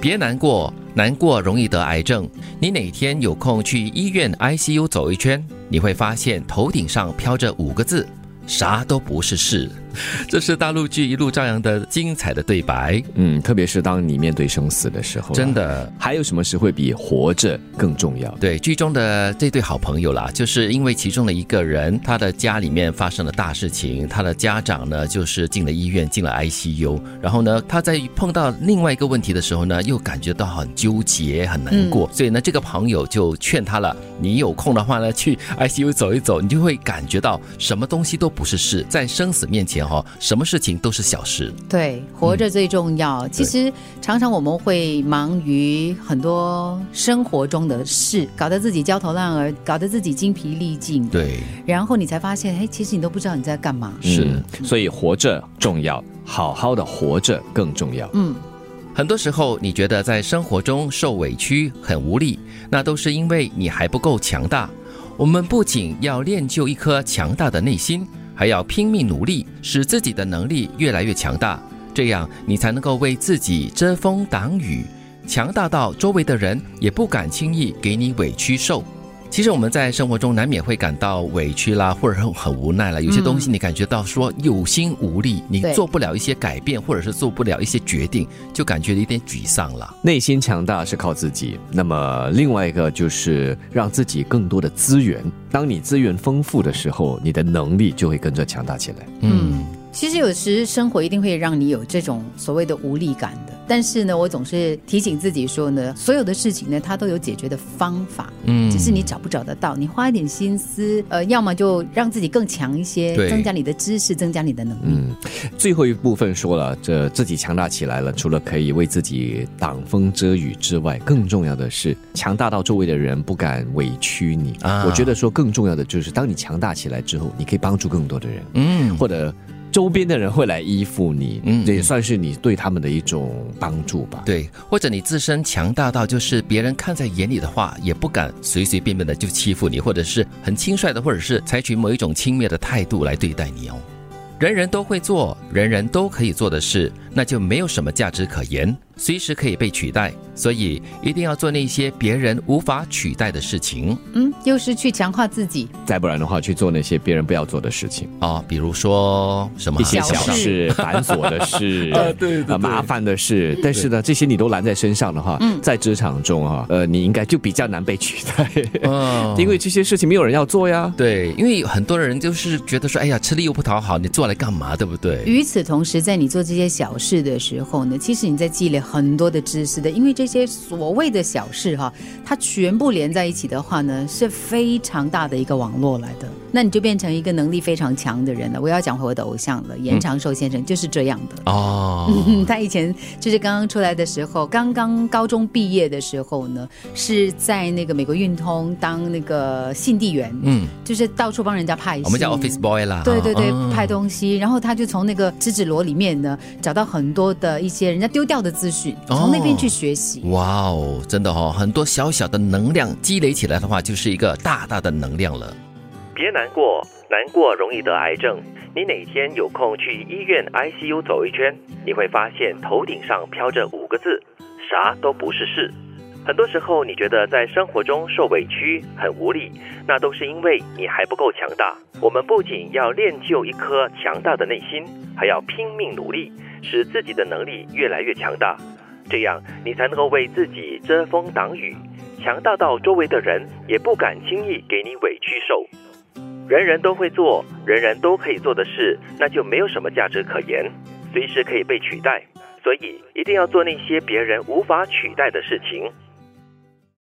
别难过，难过容易得癌症。你哪天有空去医院 ICU 走一圈，你会发现头顶上飘着五个字：啥都不是事。这是大陆剧一路张扬的精彩的对白，嗯，特别是当你面对生死的时候，啊真。的。还有什么是会比活着更重要的？对剧中的这对好朋友啦，就是因为其中的一个人，他的家里面发生了大事情，他的家长呢就是进了医院，进了 ICU，然后呢，他在碰到另外一个问题的时候呢，又感觉到很纠结、很难过，所以呢，这个朋友就劝他了，你有空的话呢，去 ICU 走一走，你就会感觉到什么东西都不是事，在生死面前哈、哦，什么事情都是小事。对，活着最嗯重要。其实常常我们会忙于很多生活中的事，搞得自己焦头烂额，搞得自己精疲力尽。，对，然后你才发现，哎，其实你都不知道你在干嘛。是嗯所以活着重要，好好的活着更重要。嗯，很多时候，你觉得在生活中受委屈、很无力，那都是因为你还不够强大。我们不仅要练就一颗强大的内心，还要拼命努力，使自己的能力越来越强大，这样你才能够为自己遮风挡雨，强大到周围的人也不敢轻易给你委屈受。其实我们在生活中难免会感到委屈啦，或者很很无奈啦。有些东西你感觉到说有心无力，你对做不了一些改变，或者是做不了一些决定，就感觉有点沮丧了。内心强大是靠自己，那么另外一个就是让自己更多的资源。当你资源丰富的时候，你的能力就会跟着强大起来。嗯，其实有时生活一定会让你有这种所谓的无力感的，但是呢，我总是提醒自己说呢，所有的事情呢，它都有解决的方法，嗯只是你找不找得到，你花一点心思，呃，要么就让自己更强一些对，增加你的知识，增加你的能力。嗯，最后一部分说了，这自己强大起来了，除了可以为自己挡风遮雨之外，更重要的是强大到周围的人不敢委屈你。啊我觉得说更重要的就是，当你强大起来之后，你可以帮助更多的人，嗯，或者周边的人会来依附你，嗯这也算是你对他们的一种帮助吧。对，或者你自身强大到就是别人看在眼里的话，也不敢随随便便的就欺负你，或者是很轻率的，或者是采取某一种轻蔑的态度来对待你哦。人人都会做，人人都可以做的事，那就没有什么价值可言，随时可以被取代。所以一定要做那些别人无法取代的事情嗯，又是去强化自己，再不然的话，去做那些别人不要做的事情，哦，比如说什么一些小小事、繁琐的 事、对啊对麻烦的事。但是呢，这些你都揽在身上的话，在职场中哈、呃，你应该就比较难被取代，哦 因为这些事情没有人要做呀。对，因为很多人就是觉得说，哎呀，吃力又不讨好，你做来干嘛，对不对？与此同时，在你做这些小事的时候呢，其实你在积累很多的知识的，因为这些所谓的小事哈、它全部连在一起的话呢，是非常大的一个网络来的。那你就变成一个能力非常强的人了。我要讲回我的偶像了，严长寿先生就是这样的。哦，嗯， 他以前就是刚刚出来的时候，刚刚高中毕业的时候呢，是在那个美国运通当那个信递员，嗯，就是到处帮人家派信。我们叫 office boy 啦。对对对，嗯派东西，然后他就从那个纸纸箩里面呢，找到很多的一些人家丢掉的资讯，从那哦边去学习。哇哦，真的哦，很多小小的能量积累起来的话，就是一个大大的能量了。别难过，难过容易得癌症。你哪天有空去医院 ICU 走一圈，你会发现头顶上飘着五个字：啥都不是事。很多时候，你觉得在生活中受委屈、很无力，那都是因为你还不够强大。我们不仅要练就一颗强大的内心，还要拼命努力，使自己的能力越来越强大。这样你才能够为自己遮风挡雨，强大到周围的人也不敢轻易给你委屈受。人人都会做，人人都可以做的事，那就没有什么价值可言，随时可以被取代。所以一定要做那些别人无法取代的事情，